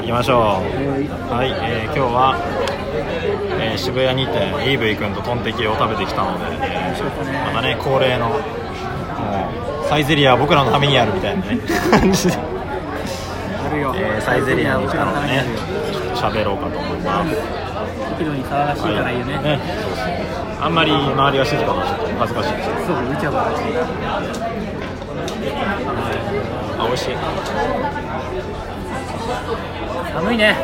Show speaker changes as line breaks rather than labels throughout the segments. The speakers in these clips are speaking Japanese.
行きましょう
は
はい、えー今日は、えー渋谷にてイーブイ君とトンテキを食べてきたので、えーまたね恒例のもうサイゼリアは僕らのためにあるみたいなね感じで、
い、やるよ、
えーサイゼリアに来たのでね喋ろうかと思います
適度に騒がしいからいいよね、
ねあんまり周りが静かだとちょっと恥ずかしいです
そううちゃばらしい
あ美味しい
寒いね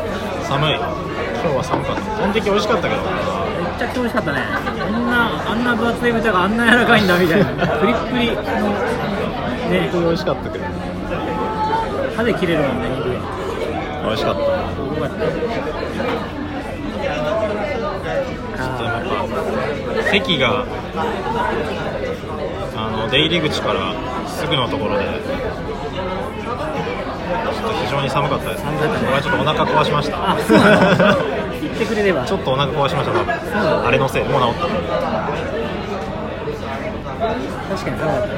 寒い今日は寒かったトンテキ美味しかったけど
めっちゃくちゃ美味しかったねあんなあんな分厚い豚があんな柔らかいんだみたいなプリップリのね
本当に美味しかったけど
歯で切れるもんね肉
美味しかった
よかったあ
席があの出入り口からすぐのところでちょっと非常に寒かったですね
寒かったね
僕はちょっとお腹壊しまし
あそうな
た
の言ってくれれば
ちょっとお腹壊しました多
の
分あれのせいもう治っ
確かにそうだったね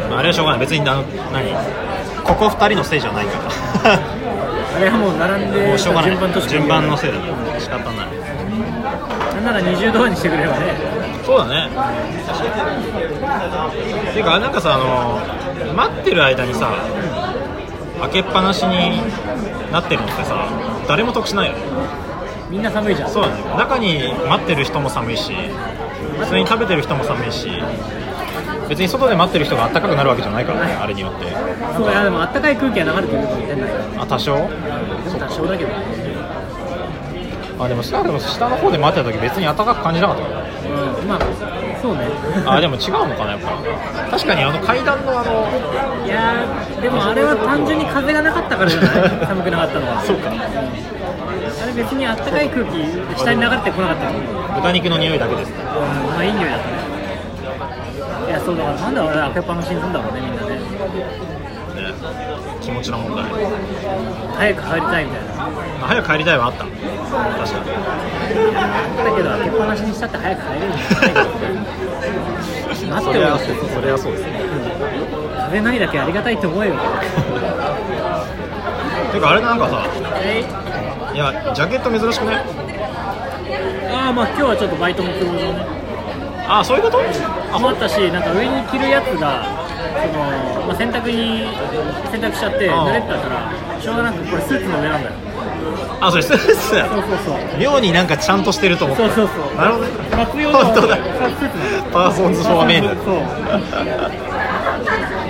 た、まあ、あれはしょうがない別にあの何ここ2人のせいじゃないから
あれはもう並んで
もうしょうがない
順番として
順番のせいだから仕方ない
なんなら20度にしてくれればね
そうだねていうかなんかさあの待ってる間にさ開けっぱなしになってるのってさ誰も得しないよね
みんな寒いじゃん
そうだね中に待ってる人も寒いし普通に食べてる人も寒いし別に外で待ってる人が暖かくなるわけじゃないからねあれによって
そういやでもあったかい空気が流れてくるかもしれない
あ多少
でも多少だけどね
あでも下でも下の方で待ってた時別に暖かく感じなかったよ
うんまあそうね
あでも違うのかなやっぱ確かにあの階段のあの
いやーでもあれは単純に風がなかったからじゃ ない寒くなかったのは
そうか
あれ別にあったかい空気下に流れてこなかったと思う
豚肉の匂いだけです
まあいい匂いだったねいやそうだからなんで俺ら開けっぱなしにするんだろうねみんなね
ね気持ちの問題
早く帰りたいみたいな
早く帰りたいはあった確か
だけど開けっぱなしにしたって早く帰 れるんだ
に
待
そ
って
れ
よ
はそうそれはそうですね
食べないだけありがたいと思うよ
てかあれなんかさ
え
いやジャケット珍しくね
ああまあ今日はちょっとバイトも希望でね
あそういうこと
余ったしなんか上に着るやつがその、まあ、洗濯に洗濯しちゃって
ああ
濡れてたからしょうがなくこれスーツの上なんだよ
あそれスーツだ
そうそうそう
妙になんかちゃんとしてると思った
そうそうそう
なるほどね
夏用の
本当だ
スーツなんだよ
パーソンズ・フォア・メインだ
そ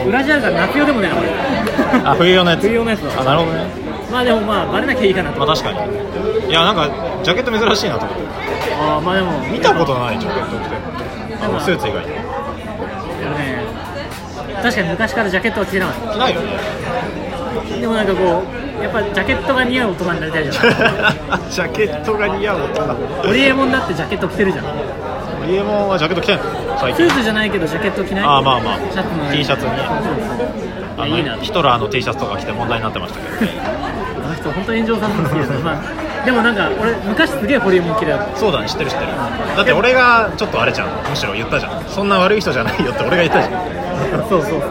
う裏ジャージが夏用でもねえなこれ
あ冬用のやつ
冬用のやつ
あ
だ
なるほどね
まあでもまあバレなきゃいいかなと
まあ確かにいやなんかジャケット珍しいなと思って
ああまあでも
見たことないジャケット着てあのスーツ以外に
でもね確かに昔からジャケットは着てなかっ
着ないよね
たでもなんかこうやっぱジャケットが似合う大人になりたい じゃん
ジャケットが似合う大
ホ
人
リエモンだってジャケット着てるじゃん
ホリエモンはジャケット着てんの最
ス
近
ーツじゃないけどジャケット着ない
ああまあまあ
シャツの上
T シャツに
そうそう
あ
いや
の
いいな
ヒトラーの T シャツとか着て問題になってましたけど
あの人本当に炎上さんの好きだね、まあ、 でもなんか俺昔すげえホリエモン嫌いだっ
そうだね知ってる知ってるだって俺がちょっとあれじゃんむしろ言ったじゃんそんな悪い人じゃないよって俺が言ったじゃん
たそうそうそう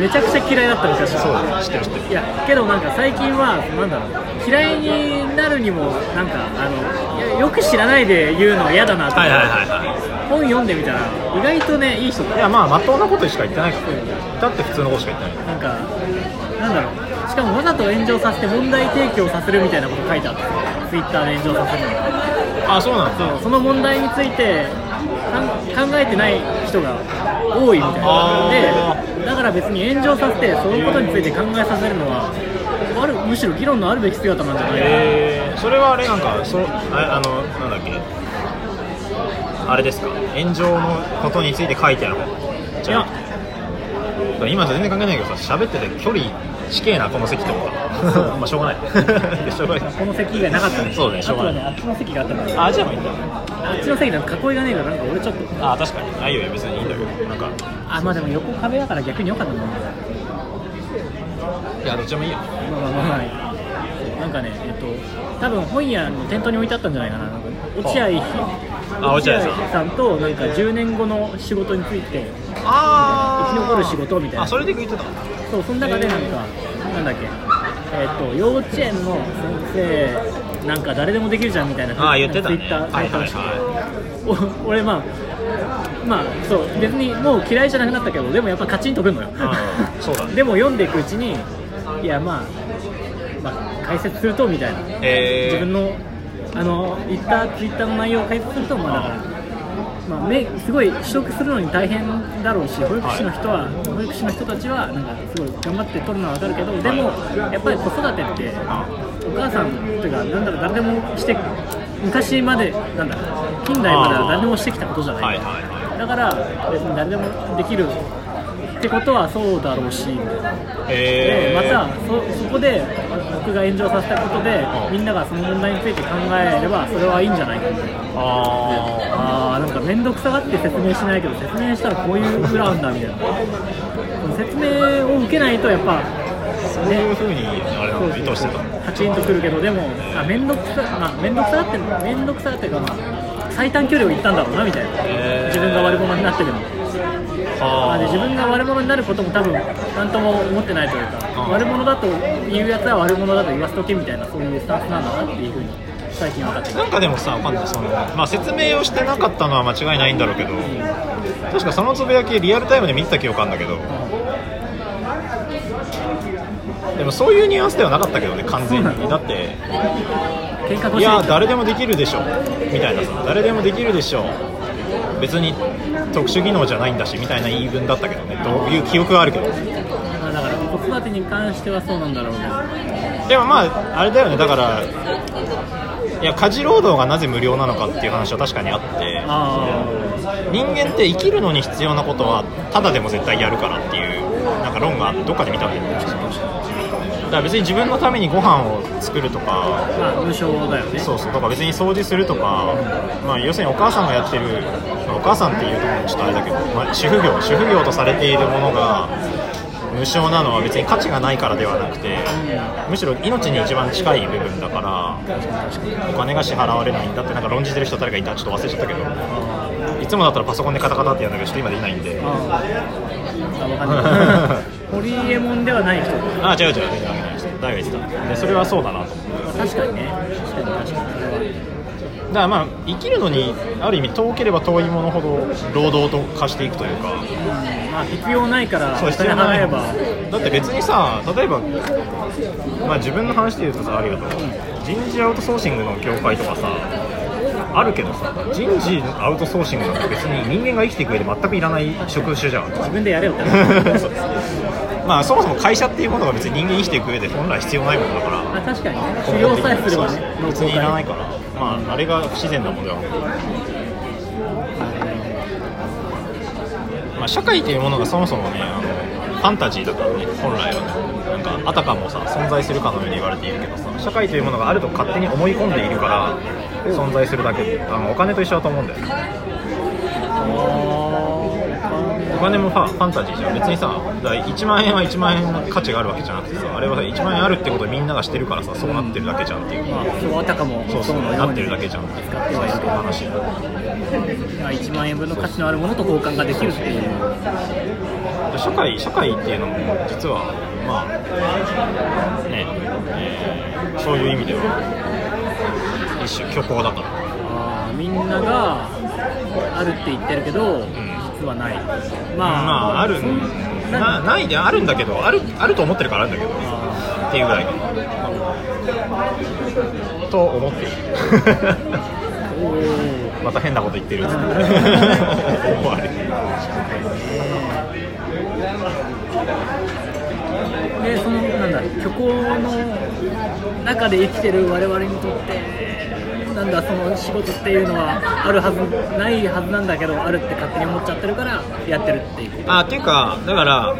めちゃくちゃ嫌いだった昔
そう
は
だね知ってる知ってる
いやけどなんか最近はなんだろう嫌いになるにもなんかあのいやよく知らないで言うのは嫌だなって、
はいはいはいは
本読んでみたら意外とねいい人
いい
だ
やまあまっとうなことしか言ってないからだって普通のことしか言ってない
なんかなんだろうしかもわざと炎上させて問題提起をさせるみたいなこと書いてあったツイッターで炎上させるの
あそうなんだ
そうその問題についてかん考えてない人が多いみたい
あ
なでだから別に炎上させてそのことについて考えさせるのはあるむしろ議論のあるべき姿なんじゃないかな
えー、それはあれなんかそああのなんだっけあれですか炎上のことについて書いてある方じゃあ今全然関係ないけどさ喋ってて距離近えなこの席とか まあしょうがない しょうがない
この席以外なかったね
そうねしょうがない
あとはねあっちの席があったから
あじゃあまあいいんだ
あっちの席なんか囲いがねえからなんか俺ちょっと
あ確かにあいいよいいよ別にいいんだけどなんか
あまあでも横壁だから逆に良かったんだない
やどっちでもいいよ
まあまあまあまあなんかねえっと多分本屋の店頭に置いてあったんじゃないかななんか落合
あ落合さん
さんとなんか10年後の仕事について
あ
生き残る仕事みたいな
あそれで言ってた
そうその中でなんか、なんだっけえっと幼稚園の先生なんか誰でもできるじゃんみたいな
ああ言ってたね
ツイッター
は
さ
い
れ
は
て
い
ました
は
お俺まあまあそう別にもう嫌いじゃなくなったけどでもやっぱカチンとくんのよ
ああそうだね
でも読んでいくうちにいやまあ、まあ、解説するとみたいな、
いえー、
自分のあの言ったツイッターの内容を解説するとまあだからまあ、めすごい取得するのに大変だろうし保育士の人は、保育士の人たちはなんかすごい頑張って取るのは分かるけどでもやっぱり子育てってお母さんというかなんだろう誰でもして昔までなんだろう近代までは誰でもしてきたことじゃない、
はいはいは
だから別に誰でもできるってことはそうだろうし、
い
で
え
ま
ー、
たそそこで僕が炎上させたことでみんながその問題について考えればそれはいいんじゃないかみたいな。
あ
あーなんか面倒くさがって説明しないけど説明したらこういう裏なんだみたいな説明を受けないとやっぱ
あそういうふうにあれなの意図してたの
カチンとくるけどでもあ面倒くさまあ面倒くさがって面倒くさがっていうかまあ最短距離を行ったんだろうなみたいな
えー
自分が悪者になってでもま
は
あ
あ
で自分が悪者になることも多分何とも思ってないというか
あー
悪者だと言うやつは悪者だと言わせとけみたいなそういうスタンスなんだなっていうふうに最近分かってきた
なんかでもさわかんないその、まあ、説明をしてなかったのは間違いないんだろうけど確かそのつぶやきリアルタイムで見てた記憶あるんだけどでもそういうニュアンスではなかったけどね完全
そうな
に
の
だって
喧嘩
い
腰
や誰でもできるでしょみたいなさ誰でもできるでしょ別に特殊技能じゃないんだしみたいな言い分だったけどねどういう記憶があるけど
まあだから子育てに関してはそうなんだろうけど
でもまああれだよねだからいや家事労働がなぜ無料なのかっていう話は確かにあって
あ
人間って生きるのに必要なことはただでも絶対やるからっていうなんか論がどっかで見たんだよねだから別に自分のためにご飯を作るとか
あ、まあ、無償だよね。
そうそうだから別に掃除するとか、まあ、要するにお母さんがやってる、まあお母さんっていうとちょっとあれだけど、まあ、主婦業主婦業とされているものが無償なのは別に価値がないからではなくてむしろ命に一番近い部分だからお金が支払われないんだってなんか論じてる人誰かいたちょっと忘れちゃったけどいつもだったらパソコンでカタカタってやるんだけどちょっと今できないんで
ああ、わかんない。ホリエモンではない人。
あ違う違う全然ないです誰が言ってたでそれはそうだなと思って
まあ確かにね。確かに確かに。それは
だからまあ生きるのにある意味遠ければ遠いものほど労働と化していくというか
うんまあ、必要ないから、
そう
お
必
金
要ない
払えば。
だって別にさ例えば、まあ、自分の話で言うとさありがとう人事アウトソーシングの業界とかさあるけどさ人事のアウトソーシングなんて別に人間が生きていく上で全くいらない職種じゃん
自分でやれよって話。
そうまあそもそも会社っていうものが別に人間生きていく上で本来必要ないものだから
まあ、確かにね。使用さえすればね。
そう別にいらない
か。
からまああれが不自然なものではないまあ、社会というものがそもそもねあのファンタジーだからね本来はねなんかあたかもさ存在するかのように言われているけどさ社会というものがあると勝手に思い込んでいるから存在するだけであのお金と一緒だと思うんだよねお金もファファンタジーじゃん別にさだから1万円は1万円の価値があるわけじゃなくてさあれはさ1万円あるってことをみんなが知ってるからさそうなってるだけじゃんっていう
まあ、そうあたかも。
そうそう
のよに
なってるだけじゃんっていう
使ってはいるけど
話
まあ、1万円分の価値のあるものと交換ができるっていう。
社会社会っていうのも実はまあね、えーそういう意味では一種虚構だから
ああみんながあるって言ってるけど、実はない。まあ、
まあある
そん
なないであるんだけどあるあると思ってるからあるんだけど
あ
っていうぐらいかなと思っている
ーおー
また変なこと言ってるっつって
うん
思われる
でそのなんだ虚構の中で生きてる我々にとってなんだその仕事っていうのはあるはずないはずなんだけどあるって勝手に思っちゃってるからやってるっていう
あっていうかだから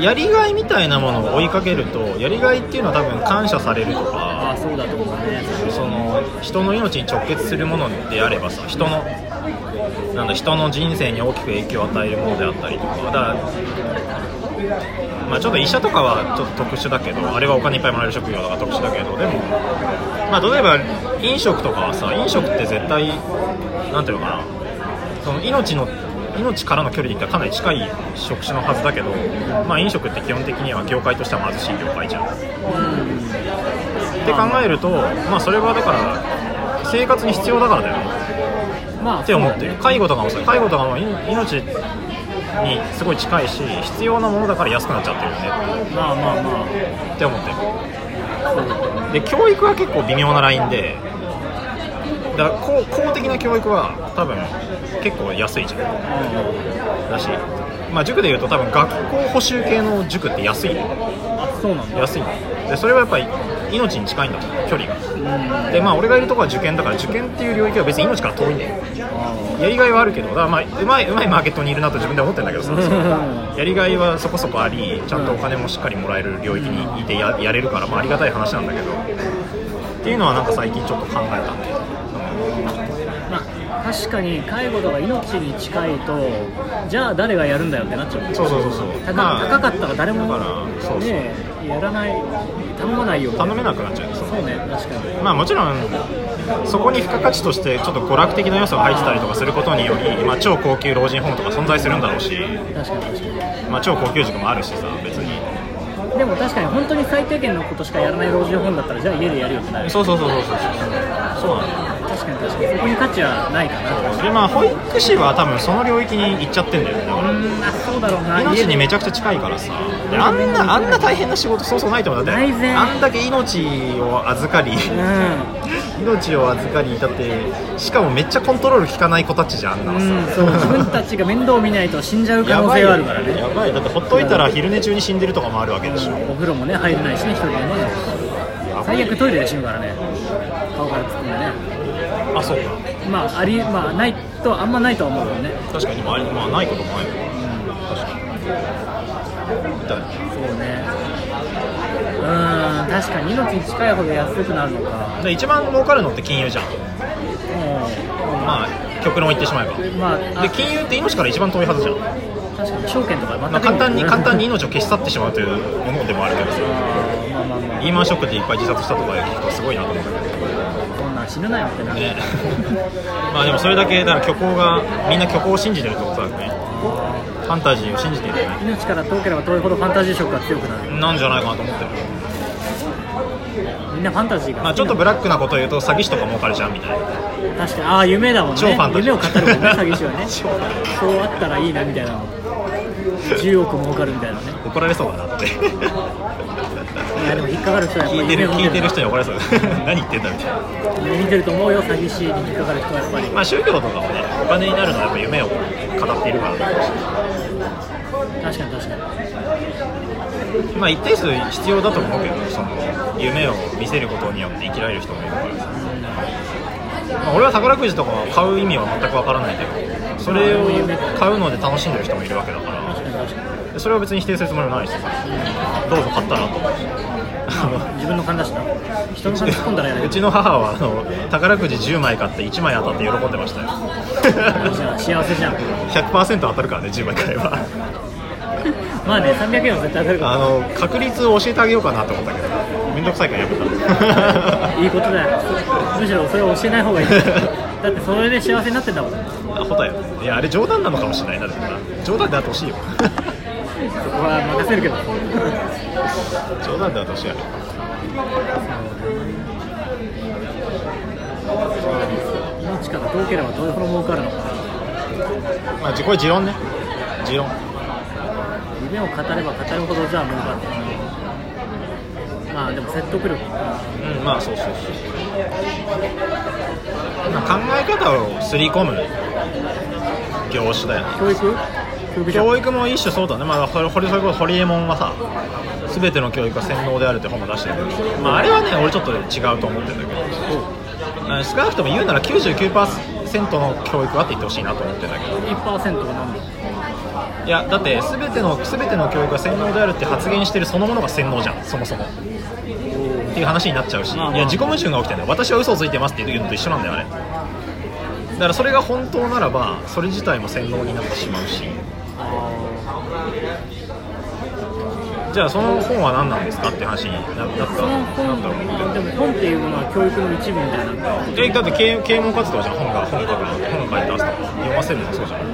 やりがいみたいなものを追いかけるとやりがいっていうのは多分感謝されると
あ
か
あそうだと思うね
その人の命に直結するものであればさ人のなんだ人の人生に大きく影響を与えるものであったりとかだから、まあ、ちょっと医者とかはちょっと特殊だけどあれはお金いっぱいもらえる職業だから特殊だけどでも、まあ、例えば飲食とかはさ飲食って絶対なんていうのかなその命の命からの距離で言ったらかなり近い職種のはずだけど、まあ、飲食って基本的には業界としては貧しい業界じゃん。って考えると、まあ、それはだから生活に必要だからだよね
まあ
って思ってる介護とかもそう介護とかもい命にすごい近いし必要なものだから安くなっちゃってるよね
まあまあまあ
って思ってるで教育は結構微妙なラインでだから公公的な教育は多分結構安いじゃんだし、まあ、塾でいうと多分学校補習系の塾って安いの
あそうなんだ
安いのでそれはやっぱり命に近いんだと距離がでまあ俺がいるとこは受験だから受験っていう領域は別に命から遠いんだよやりがいはあるけどだからまあうまいうまいマーケットにいるなと自分では思ってるんだけどさやりがいはそこそこありちゃんとお金もしっかりもらえる領域にいてややれるから、まあ、ありがたい話なんだけどっていうのはなんか最近ちょっと考えたね
まあ確かに介護とか命に近いとじゃあ誰がやるんだよってなっちゃうもんね
そうそうそうそう
高,、
まあ
高かったら誰も
だからそうそう
ねやらない頼まないよ
頼めなくなっちゃうそう
そうね確かに
まあもちろんそこに付加価値としてちょっと娯楽的な要素が入ってたりとかすることにより、まあ、超高級老人ホームとか存在するんだろうし、
確かに確かに
まあ、超高級塾もあるしさ別に
でも確かに本当に最低限のことしかやらない老人ホームだったらじゃあ家でやるよってなる
そうそうそうそうそうそうそうなんだよ
確かに確かにそこに価値はないかな
でまあ保育士は多分その領域に行っちゃってんだよねだか
うんあそうだろう
ら
な家
命
で
にめちゃくちゃ近いからさであんなあんな大変な仕事そうそうないと思うだっ
ない
て
ぜ
あんだけ命を預かり
う
命を預かりだってしかもめっちゃコントロール効かない子たちじゃんあんなのさ、
ん、うん、そう自分たちが面倒見ないと死んじゃう可
や
能
ばい
性
よ
はあるからね
やばいだってほっといたら昼寝中に死んでるとかもあるわけでしょ
お風呂もね入れないしね一人でね
やばい
最悪トイレで死ぬからね顔から突っ込んでね
あそうか
まあありまあないとあんまないとは思うけどね
確かにまあまあないこともないよ確かにだね
そうねうーん確かに命に近いほど安くなるのか
で一番儲かるのって金融じゃんまあ極論言ってしまえば
うんまああ
で金融って命から一番遠いはずじゃん
確かに証券とか全く
まあ、簡単に
うん
簡単に命を消し去ってしまうというものでもあるけどさ
あーまあまあまあ
リーマンショックでいっぱい自殺したとか聞くとすごいなと思ったけど
こんなん死ぬなよってな
ね まあでもそれだけだから虚構がみんな虚構を信じてるってことだよねファンタジーを信じてるよね
命から遠ければ遠いほどファンタジー色が強くなる
なんじゃないかなと思ってる、
みんなファンタジーが
まあ、ちょっとブラックなことを言うと詐欺師とか儲かるじゃんみたいな
確かにああ夢だもんね
超ファンタジ
夢
ー
を語るもんね詐欺師はね
超ファンタジ
そうあったらいいなみたいな10億儲かるみたいなね
ー怒られそうだなって
いやでも引っかかる人はやっ ぱ
聞い
り
てる聞いてる
人
人に怒られそう何言ってんだみ たいな
見てると思うよ詐欺師に引っかかる人はやっぱり
まあ宗教とかもねお金になるのはやっぱ夢を語っているからね
確かに確かに
まあ一定数必要だと思うけどその夢を見せることによって生きられる人もいるからさ、まあ、俺は宝くじとかは買う意味は全くわからないけどそれを買うので楽しんでる人もいるわけだから
確かに確かに
それは別に否定するつもりもないしさどうぞ買ったらと思うしあ
自分の勘だしな人の勘突っ込んだらやだ
のう
け
ちの母はあの宝くじ10枚買って1枚当たって喜んでましたよ
どじゃあ幸せじゃん
100%当たるからね10枚買えば
まあね300円は絶対当たるか
あの確率を教えてあげようかなと思ったけど面倒くさいからやめた
らいいことだよむしろそれを教えない 方がいいだってそれで幸せになってんだもんそ
アホだよねいやあれ冗談なのかもしれないなだから冗談であってほしいよ
こは任せるけど
冗談であってほしいよ
命から遠ければどれほど儲かるのか
まあこれ持論ね持論
夢を語れば語るほどじゃあ儲かるのかまあでも説得力
うんまあそうそうそう、まあ、考え方を刷り込む業種だよね
教育教育じゃん
教育も一種そうだねまあほれそれこそホリエモンがさ全ての教育は洗脳であるって本も出してるけど、まあ、あれはね俺ちょっと違うと思ってるんだけどあの少なくとも言うなら99%の教育はって言ってほしいなと思ってるんだけど
1%が何だ
いやだって全ての全ての教育が洗脳であるって発言してるそのものが洗脳じゃんそもそもっていう話になっちゃうし、
まあまあ
いや自己矛盾が起きてるんだよ私は嘘をついてますっていうのと一緒なんだよあれだからそれが本当ならばそれ自体も洗脳になってしまうしじゃあその本は何なんですかって話にななった
その
なっ
本
たわけ
でも本っていうものは教育の一部みたいな
えだって啓啓蒙活動じゃん本が本書くの本書いて出すとか読ませるのもそうじゃん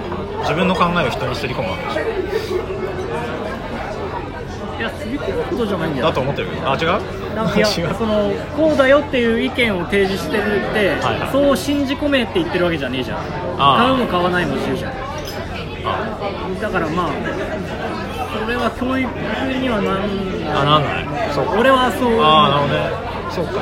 自分の考えを人にすり込むわけでしょ
いやすることじゃないんだよ
だと思ってるけど あ違う
なんかいや
違う
そのこうだよっていう意見を提示してるって、
はいはい
そう信じ込めって言ってるわけじゃねえじゃん
あー
買うも買わないも自由じゃん
あ
だからまあそれは教育にはなん
あなんないそう
俺はそう
ああなるほどねそうか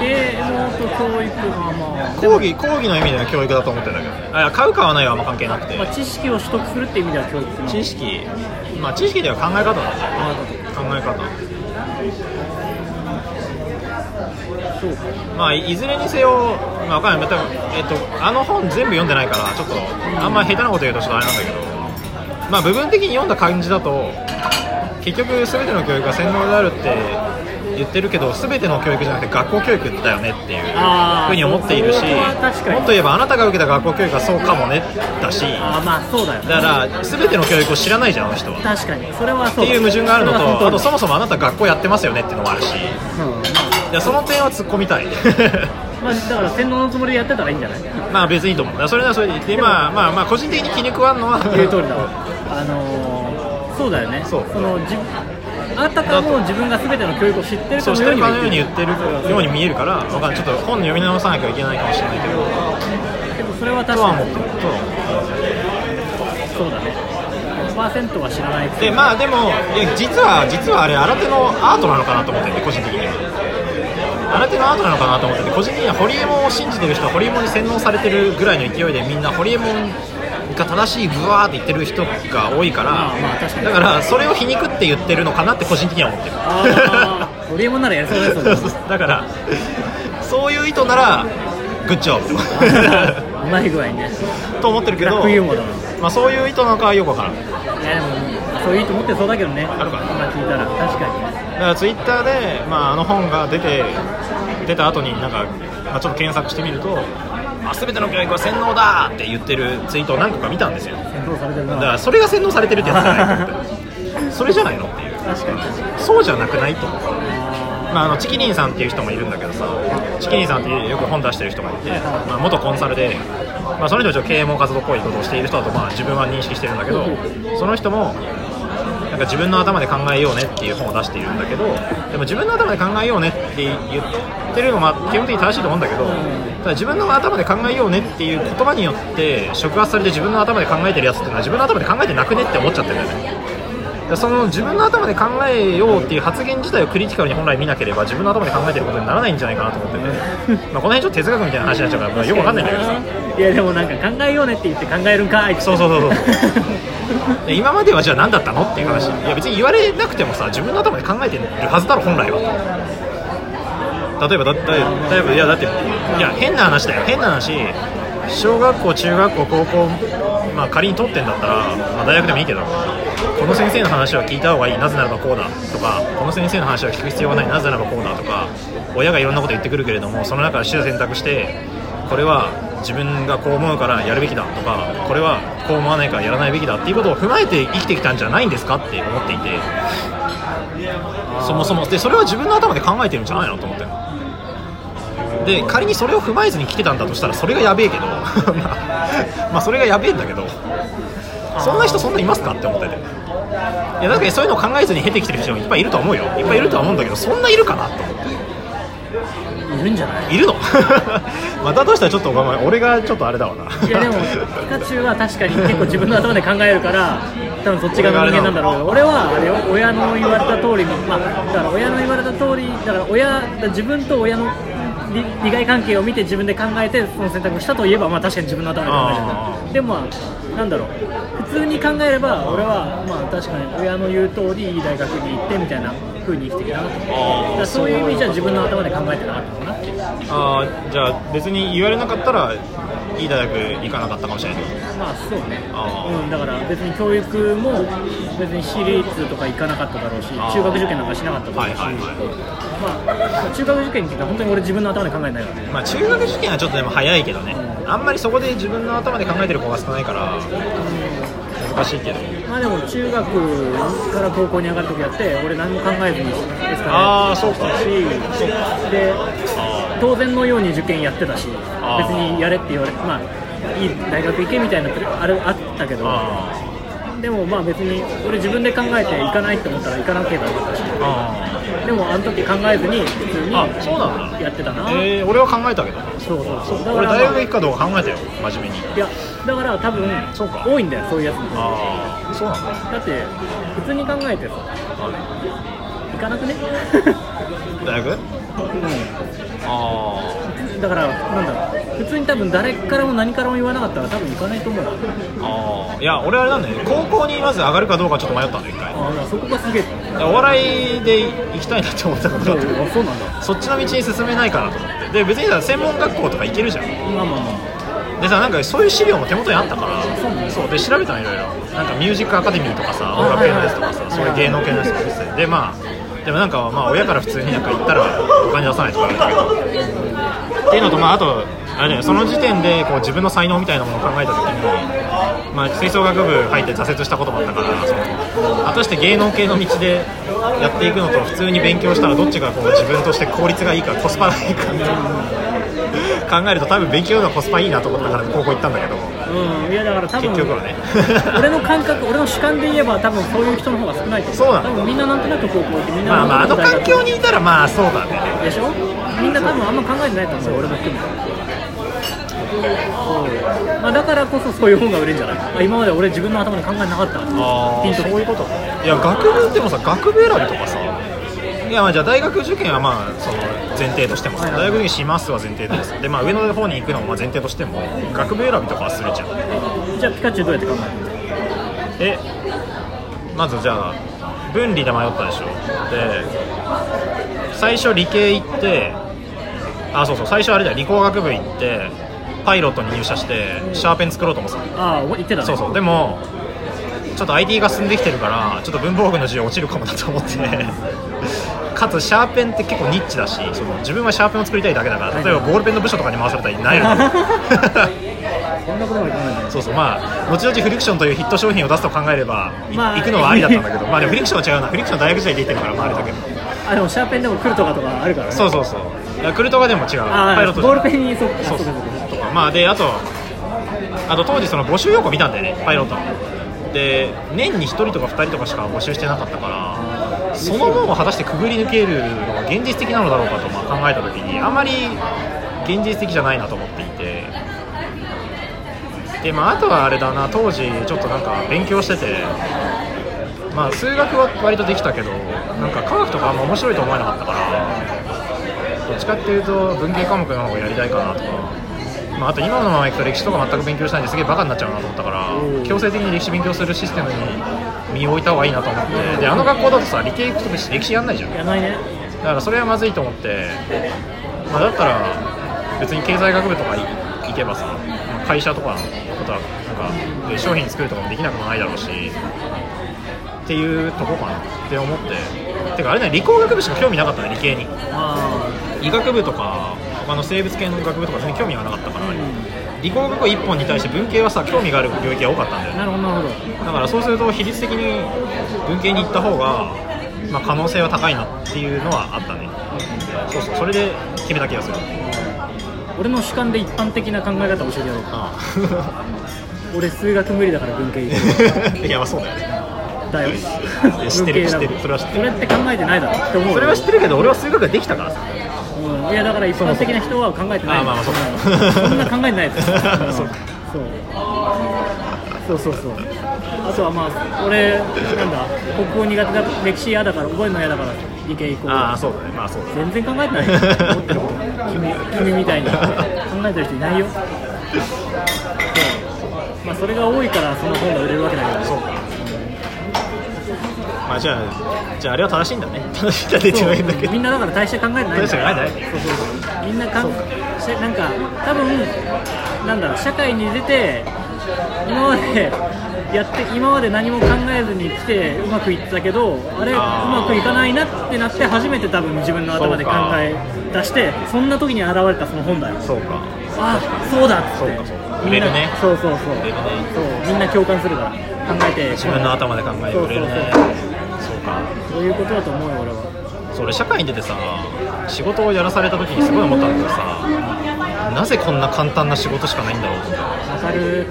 芸能と教育はまあでも
講義講義の意味での教育だと思ってるんだけどねあいや買う買わないはあんま関係なくて
まあ、知識を取得するって意味では教育の
知識まあ知識では考え方だね
あ
考え方
あそうか
まあいいずれにせよ、まあ、わかんない多分、えっと、あの本全部読んでないからちょっとあんま下手なこと言うとちょっとあれなんだけどまあ部分的に読んだ感じだと結局全ての教育が洗脳であるって言ってるけど全ての教育じゃなくて学校教育だよねっていう
あー
ふうに思っているし
それは確かに
もっと言えばあなたが受けた学校教育はそうかもねだし
ああまあそうだよね
だから全ての教育を知らないじゃんあの人は
確かにそれは
っ
そう
ていう矛盾があるの
そ
と
れは
あ
本当
とそもそもあなた学校やってますよねっていうのもあるしい
うんま
やその点は突っ込み たい
あ、まあ、だから洗脳のつもりでやってたらいいんじゃない
まあ別にいいと思うだからそれならそれでいて
でも
まあまあまあ個人的に気に食わんのは
言う通りだわあのー、そうだよね
そう
の自分あたかも自分が全ての教育を知ってる
そ
か
う
の
して
よう
る
に
かのように言ってるように
で
見えるからわかんないちょっと本読み直さなきゃいけないかもしれないけど
もそれは確
とは
か
思って
に
るとは思う
そうだね100%は知らないくせ
で
に
まあでもいや実は実はあれ新手のアートなのかなと思ってて個人的には新手のアートなのかなと思ってて個人的にはホリエモンを信じてる人はホリエモンに洗脳されてるぐらいの勢いでみんなホリエモンが正しいブワーって言ってる人が多いから、
まあまあ確かに
だからそれを皮肉って言ってるのかなって個人的には思ってる
ああホリエモンならやりそうですよね
だからそういう意図ならグッジョ ブ
うまい具合にね
と思ってるけ
ブラ
ど
ックユーモアだな
まあ、そういう意図なのかはよくわからんだ
いやでもそういいと思ってそうだけどね
あるかな
今聞いたら確かにね
からツイッターで、まあ、あの本が出て出た後になんか、まあ、ちょっと検索してみると「あ全ての教育は洗脳だ!」って言ってるツイートを何個か見たんですよ
戦闘されてる
だか
な
らそれが洗脳されてるってやつじゃないと思ってそれじゃないのっていう
確かに確かに
そうじゃなくないと思う
あ
まあ、あのチキリンさんっていう人もいるんだけどさチキリンさんっていうよく本出してる人がいて、まあ、元コンサルで、まあ、その人はちょっと啓蒙活動っぽいことをしている人だとまあ自分は認識してるんだけどその人もなんか自分の頭で考えようねっていう本を出しているんだけどでも自分の頭で考えようねって言ってるのは基本的に正しいと思うんだけどただ自分の頭で考えようねっていう言葉によって触発されて自分の頭で考えてるやつっていうのは自分の頭で考えてなくねって思っちゃってるんだよねでその自分の頭で考えようっていう発言自体をクリティカルに本来見なければ自分の頭で考えてることにならないんじゃないかなと思ってて、まあこの辺ちょっと哲学みたいな話になっちゃうから、 まあよくわかんないんだけどさ
いやでもなんか考えようねって言って考えるんかいって
そうそうそうそう
う
で今まではじゃあ何だったのっていう話いや別に言われなくてもさ自分の頭で考えてるはずだろ本来は例えばだって例えばいやだっていや変な話だよ変な話小学校中学校高校まあ仮に取ってんだったら、まあ、大学でもいいけどこの先生の話は聞いた方がいいなぜならばこうだとかこの先生の話は聞く必要はないなぜならばこうだとか親がいろんなこと言ってくるけれどもその中から取捨選択してこれは自分がこう思うからやるべきだとかこれはこう思わないからやらないべきだっていうことを踏まえて生きてきたんじゃないんですかって思っていてそもそもでそれは自分の頭で考えてるんじゃないのと思ってで仮にそれを踏まえずに来てたんだとしたらそれがやべえけど まあまあそれがやべえんだけどそんな人そんないますかって思ってていや確かにそういうのを考えずに経てきてる人もいっぱいいると思うよいっぱいいるとは思うんだけどそんないるかなと思って
いるんじゃない
いるの まあだとしたらちょっとお前俺がちょっとあれだわない
や でもピカチュウは確かに結構自分の頭で考えるから多分そっち側の人間なんだろうけど俺はあれよ親の言われた通りにまあだから親の言われた通りだから親だから自分と親の利利害関係を見て自分で考えてその選択をしたといえばまあ確かに自分の頭で考えてたでもまあなんだろう普通に考えれば俺はまあ確かに親の言う通りいい大学に行ってみたいな風に生きてきたなとだからそういう意味じゃ自分の頭で考えてなかったのかなっていう
あーじゃあ別に言われなかったらいい大学行かなかったかもしれないけ
まあそうね
あー
うん、だから別に教育も別に私立とか行かなかっただろうし
あー
中学受験なんかしなかっただ
ど
ろうし、まあ、中学受験って言ったら本当に俺自分の頭で考えないからね
まあ中学受験はちょっとでも早いけどねあんまりそこで自分の頭で考えてる子が少ないから難しいけど
まあでも中学から高校に上がるときやって俺何も考えずにですから
あーそうか
しで当然のように受験やってたし別
あー
にやれって言われまあいい大学行けみたいなプレあれあったけど
あ
でもまあ別に俺自分で考えて行かないって思ったら行かなければよかったし
ーあ
でもあの時考えずに普通に
あそうなんだ
やってたな、
えー、俺は考えたけど
そうそうそうだか
俺
ら、
大学行くかどうか考えたよ真面目に
いやだから多分
そうか
多いんだよそういうやつも
ああそうなんだ
だって普通に考えてさ行かなくね
大学あ
うんだからなんだろう普通に多分誰からも何からも言わなかったら多分行かないと思うな
ーあーいや俺あれなんだよね高校にまず上がるかどうかちょっと迷ったんだよ一回
ああそこがすげえ
お笑いで行きたいなって思ったことがあ
そう
って
そうなんだ
そっちの道に進めないかなと思ってで別にさ専門学校とか行けるじゃん
まあまあまあ
でさなんかそういう資料も手元にあったから
そうなの
そうで調べたのいろいろなんかミュージックアカデミーとかさ
あ
音楽系のやつとか
は
さ
いはい
それ芸能系のやつとかですでまあでもなんかまあ親から普通になんか行ったらお金出さないとか言われたけどっていうのとまああとあれねその時点でこう自分の才能みたいなものを考えた時にまあ吹奏楽部入って挫折したこともあったからその果たして芸能系の道でやっていくのと普通に勉強したらどっちがこう自分として効率がいいかコスパがいいかみたいな考えると多分勉強の方がコスパいいなと思ったから高校行ったんだけど
うんいやだから多分
結局はね
俺の感覚俺の主観で言えば多分そういう人の方が少ないと思う
そうなんだ
多分みんななんとなく高校行ってみんな
まあまああ
なん
の
となく
環
大学
境にいたらまあそう だね
でしょみんな多分あんま考えてないと思うよ俺も含めてそうまあだからこそそういう本が売れるんじゃないあ今まで俺自分の頭で考えなかった
あ
ピンと
そういうこといや学部でもさ学部選びとかさいやまあじゃあ大学受験はまあその前提としてもさ
はいはい
大学受験しますは前提ですでまあ上の方に行くのもまあ前提としても学部選びとかはするじゃん
じゃあピカチュウどうやって考えるの
えまずじゃあ分離で迷ったでしょで最初理系行ってあそうそう最初あれだよ理工学部行ってパイロットに入社してシャーペン作ろうと思ってた
ああ言ってたね
そうそうでもちょっと IT が進んできてるからちょっと文房具の授業落ちるかもなと思ってかつシャーペンって結構ニッチだしその自分はシャーペンを作りたいだけだから例えばボールペンの部署とかに回されたらなえると思う
そんなことまで考えな い
そうそうまあ後々フリクションというヒット商品を出すと考えれば、い
まあ
行くのはありだったんだけ どまあでもフリクションは違うなフリクション大学時代で行ってるからまああれだけど
あでもシャーペンでも来るとかとかあるからね
そうそうそういやクルトガでも違う
あ
パイロッ
あ
ト
ボールペンにそう
そう
あ
そう
か
と
か
かまあであとあと当時その募集要項見たんだよねパイロットので年に1人とか2人とかしか募集してなかったからその分を果たしてくぐり抜けるのが現実的なのだろうかとまあ考えた時にあまり現実的じゃないなと思っていてでまああとはあれだな当時ちょっとなんか勉強しててまあ数学は割とできたけどなんか科学とかあんま面白いと思えなかったからどっちかっていうと文系科目の方がやりたいかなとか、まあ、あと今のままいくと歴史とか全く勉強しないんですげえバカになっちゃうなと思ったから強制的に歴史勉強するシステムに身を置いた方がいいなと思ってであの学校だとさ理系行くと歴史やんないじゃん
やないね
だからそれはまずいと思って、まあ、だったら別に経済学部とかい行けばさまあ会社とかのことはなんかで商品作るとかもできなくもないだろうしっていうとこかなって思っててかあれね理工学部しか興味なかったね理系に
あ
医学部とか他の生物系の学部とか全然興味がなかったから、理工学部1本に対して文系はさ興味がある領域が多かったんだよね
あなるほどなるほど
だからそうすると比率的に文系に行った方が、まあ、可能性は高いなっていうのはあったねそうそうそれで決めた気がする
俺の主観で一般的な考え方を教えてやろうか
あ
俺数学無理だから文系行
あ
く
いやまあそうだよね
だ よ
いや知ってる知ってるそれは知ってる
それって考えてないだろって思う
それは知ってるけど俺は数学ができたからさ
うんいやだから一般的な人は考えてない
あまあまあそうか
んそんな考えてないです ん
そうか
そうそうそうそうあとはまあ俺なんだ国語苦手だ歴史嫌だから覚えるの嫌だから理系行こう
ああそうだねまあそうだね
全然考えてないよ 思ってること君君みたいに考えてる人いないよそうまあそれが多いからその本が売れるわけだけど
そうかまあじゃあじゃああれは正しいんだね正しいんだ ねって言われるんだけど
みんなだから大して考えてないんだ
大して考えてないね
そうそうそうみんなかんしなんか多分なんだろう社会に出て今まで やって今まで何も考えずに来てうまくいってたけどあれう
あー
まくいかないなってなって初めて多分自分の頭で考え出してそんな時に現れたその本だよ
そうか
あそうだっつっ
そう
て
かそうか
みん
売れ
な
るね
そうそうそう
売れるね
そうみんな共感するから考えて
自分の頭で考えてくれるね
そうそう
そうか
そうそういうことだと思うよ俺は
それ社会に出てさ仕事をやらされた時にすごい思ったんだけどさなぜこんな簡単な仕事しかないんだろうと思って
わかる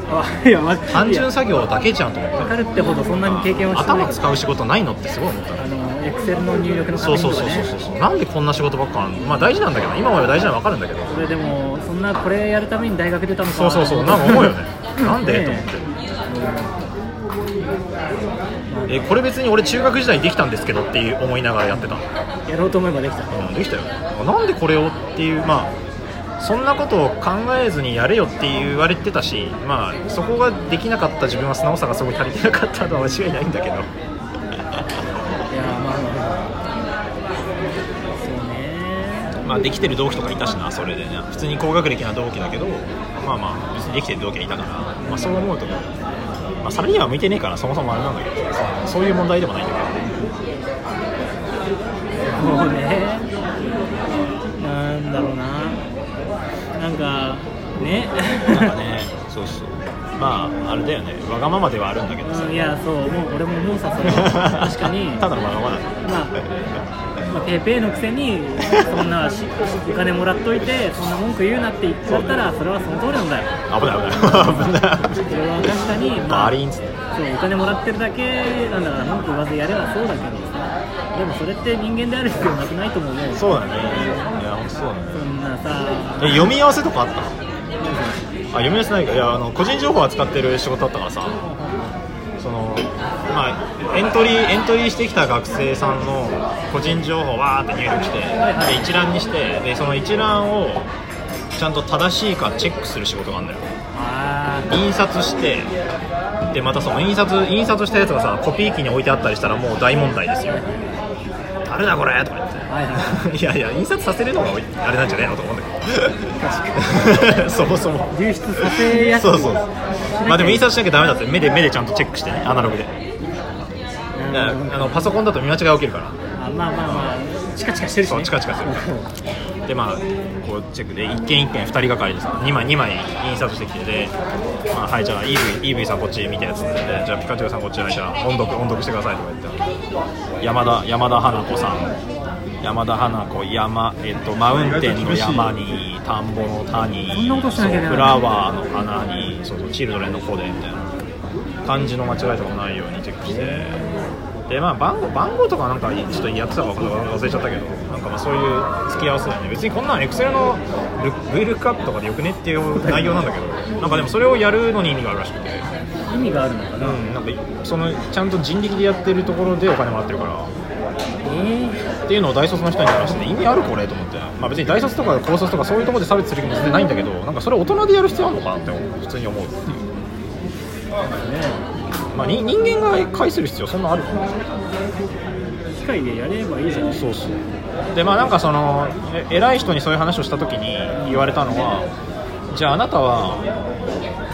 あいやま
単純
わ
作業だけじゃんと思って
かるってほどそんなに経験はしてない
頭使う仕事ないのってすごい思った
あのエクセルの入力の確
そう
認
そう
と
そ
か
う
ね
そうそうなんでこんな仕事ばっかあんのまあ大事なんだけど今まで大事なの分かるんだけど
それでもそんなこれやるために大学出たのか
そうそうそうなんか思うよねなんで
え
と思ってえこれ別に俺中学時代にできたんですけどっていう思いながらやってた
やろうと思えばできた
うんできたよあなんでこれをっていうまあそんなことを考えずにやれよって言われてたしまあそこができなかった自分は素直さがすごい足りてなかったのは間違いないんだけど
いやまあそうね
まあできてる同期とかいたしなそれでね普通に高学歴な同期だけどまあまあ別にできてる同期はいたから、まあ、そう思うと、まあ、サラリーマン向いてねえからそもそもあれなんだけどさそういう問題でもないんだけ
もうねなんだろうななんかね
どなんかね そうそうまああれだよねわがままではあるんだけどさ
うんいやそうもう俺も思うさそれは確かに
ただのわがままだ
まあ、まあ、ペーペーのくせに、そんなしお金もらっといて、そんな文句言うなって言っちゃったら、それはその通りなんだよ。
危ない危ない危
そ
ない
れは確かに、ま
バ
あ、
リ
そ
ンっつって
うお金もらってるだけなんだから、文句言わずやればそうだけどさ、でもそれって人間である必要なくないと思うよ。
そうだねいやそうだね
そんなさ、
え読み合わせとかあったのあ読み合わせないかいやあの個人情報扱ってる仕事だったからさそのまあエントリーエントリーしてきた学生さんの個人情報をわーって入力して
いはい
で一覧にしてでその一覧をちゃんと正しいかチェックする仕事があるんだよ
あ
印刷してでまたその印刷印刷したやつがさコピー機に置いてあったりしたらもう大問題ですよ誰だこれとか言って
ーはいはい
やいや印刷させるのがあれなんじゃないのと思うんだけど そもそも
い、流出させやすい
そうそうまあでも印刷しなきゃダメだって目で目でちゃんとチェックしてねアナログでだから
うん
あのパソコンだと見間違い起きるか
あまあまあまあ、チカチカしてるし、
そう
ね、
チカチカしてるらでまあこうチェックで一件一件2人がかりでさ2枚2枚印刷してきてで、まあ、はいじゃあイーブイイーブイさんこっち見たやつでじゃあピカチュウさんこっちはいじゃあ音読音読してくださいとか言って山田山田花子さん山田花子山えっとマウンテンの山に田んぼの谷
そんなことしなきゃいけない
そうフラワーの花にそうそうチルドレンの子でみたいな漢字の間違いとかもないようにチェックしてでまあ番号番号とかなんかちょっとやってたか忘れちゃったけどなんかまあそういう付き合わせだよね別にこんなんエクセルのル VLOOKUP とかでよくねっていう内容なんだけどなんかでもそれをやるのに意味があるらしくて
意味があるのか
う
な。
んなんかそのちゃんと人力でやってるところでお金もらってるから
えー
っていうのを大卒の人に話してね意味あるこれと思って、まあ、別に大卒とか高卒とかそういうところで差別する気も全然ないんだけどなんかそれ大人でやる必要あるのかなって普通に思うっていう、まあ、に人間が介する必要そんなある
機械でやればいいじゃん。
そうそうでまあなんかそのえ偉い人にそういう話をした時に言われたのはじゃああなたは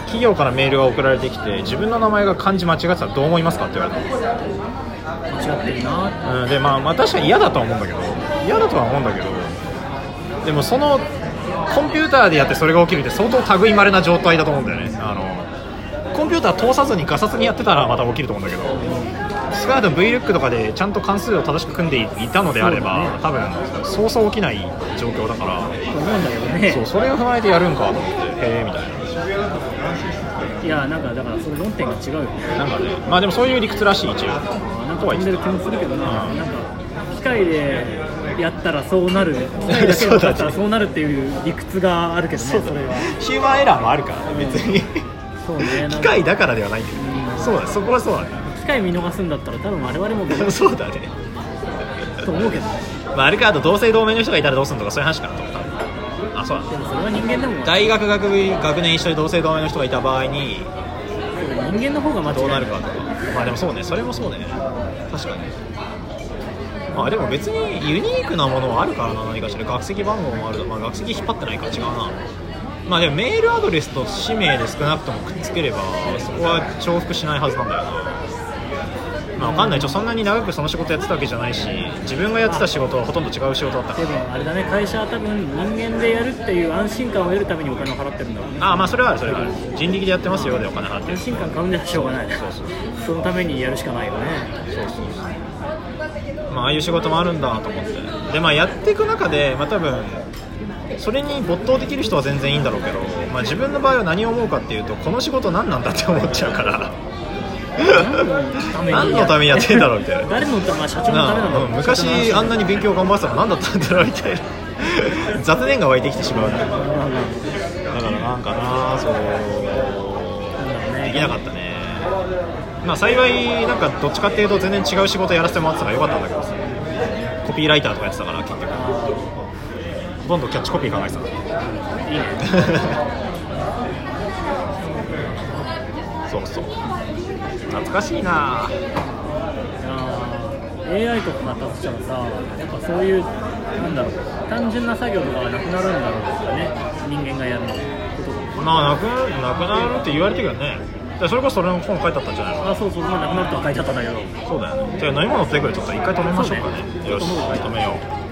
企業からメールが送られてきて自分の名前が漢字間違ってたらどう思いますかって言われたの
間違ってるなって。
うん、でまあまあ確かに嫌だとは思うんだけど嫌だとは思うんだけどでもそのコンピューターでやってそれが起きるって相当類まれな状態だと思うんだよねあのコンピューター通さずにガサツにやってたらまた起きると思うんだけど少なくとも VLOOK とかでちゃんと関数を正しく組んでいたのであれば、多分そうそう起きない状況だから
思うんだけどね
そうそれを踏まえてやるんかと思ってへえみたいない
やなんかだからそれ論点が違うよね
なんかねまあでもそういう理屈らしい一応
なん
と
か
は言
飛ん
って
で
た
る気もするけどな,、
うん
なんか機械でやったらそ うなる機械だけだったらそうなるっていう理屈があるけどねそれは
ヒューマンエラーもあるからね別に、
そうねなんか
機械だからではないんだよねそうだねそこはそうだね
機械見逃すんだったら多分我々も
そうだね、
と思うけどね
まあ、あれかあと同姓同名の人がいたらどうするとかそういう話かなと思ったあそうだ
でもそれは人間でも
大学学部学年一緒に同姓同名の人がいた場合に
人間の方が間違い
どうなる
い
かとかまあでもそうねそれもそうね確かにまあでも別にユニークなものはあるからな何かしら学籍番号もあるまあ学籍引っ張ってないから違うなまあでもメールアドレスと氏名で少なくともくっつければそこは重複しないはずなんだよなまあわかんないちょそんなに長くその仕事やってたわけじゃないし自分がやってた仕事はほとんど違う仕事だったか
で
ら
もあれだね会社は多分人間でやるっていう安心感を得るためにお金を払ってるんだろうね
ああまあそれはあるそれはある人力でやってますよでお金払ってる
安
そう
心感買うんじゃしょうがない
そうそう
そのためにやるしかないよね
そうそうまあああいう仕事もあるんだと思ってでまあやっていく中でまあ多分それに没頭できる人は全然いいんだろうけど、まあ、自分の場合は何を思うかっていうとこの仕事何なんだって思っちゃうから何のためにやってんだろうみたいな
誰のため、まあ社長のためなん
な
だ
あ
ろ
う
うん
昔あんなに勉強頑張ってたの何だったんだろうみたいな雑念が湧いてきてしまうんだよ
まあまあま
だからなんかなそう
あなんだろう
で
ね
きなかったねまあ幸いなんかどっちかっていうと全然違う仕事やらせてもらってたからよかったんだけどさコピーライターとかやってたから結局ほとんどキャッチコピー考えてた
いいね
そうそう懐かしいな
AI とかが立っちゃうさやっぱそういうなんだろう単純な作業とかはなくなるんだろうね人間がやることが
まあなくなくなるって言われてるけどねだからそれこそそれの本書いてあったんじゃないの
あそうそうまあなくなったら書いちゃったんだけど
そうだよねじゃあ飲み物取ってくるちょっと一回止めましょうかね
そうね
よし止めよう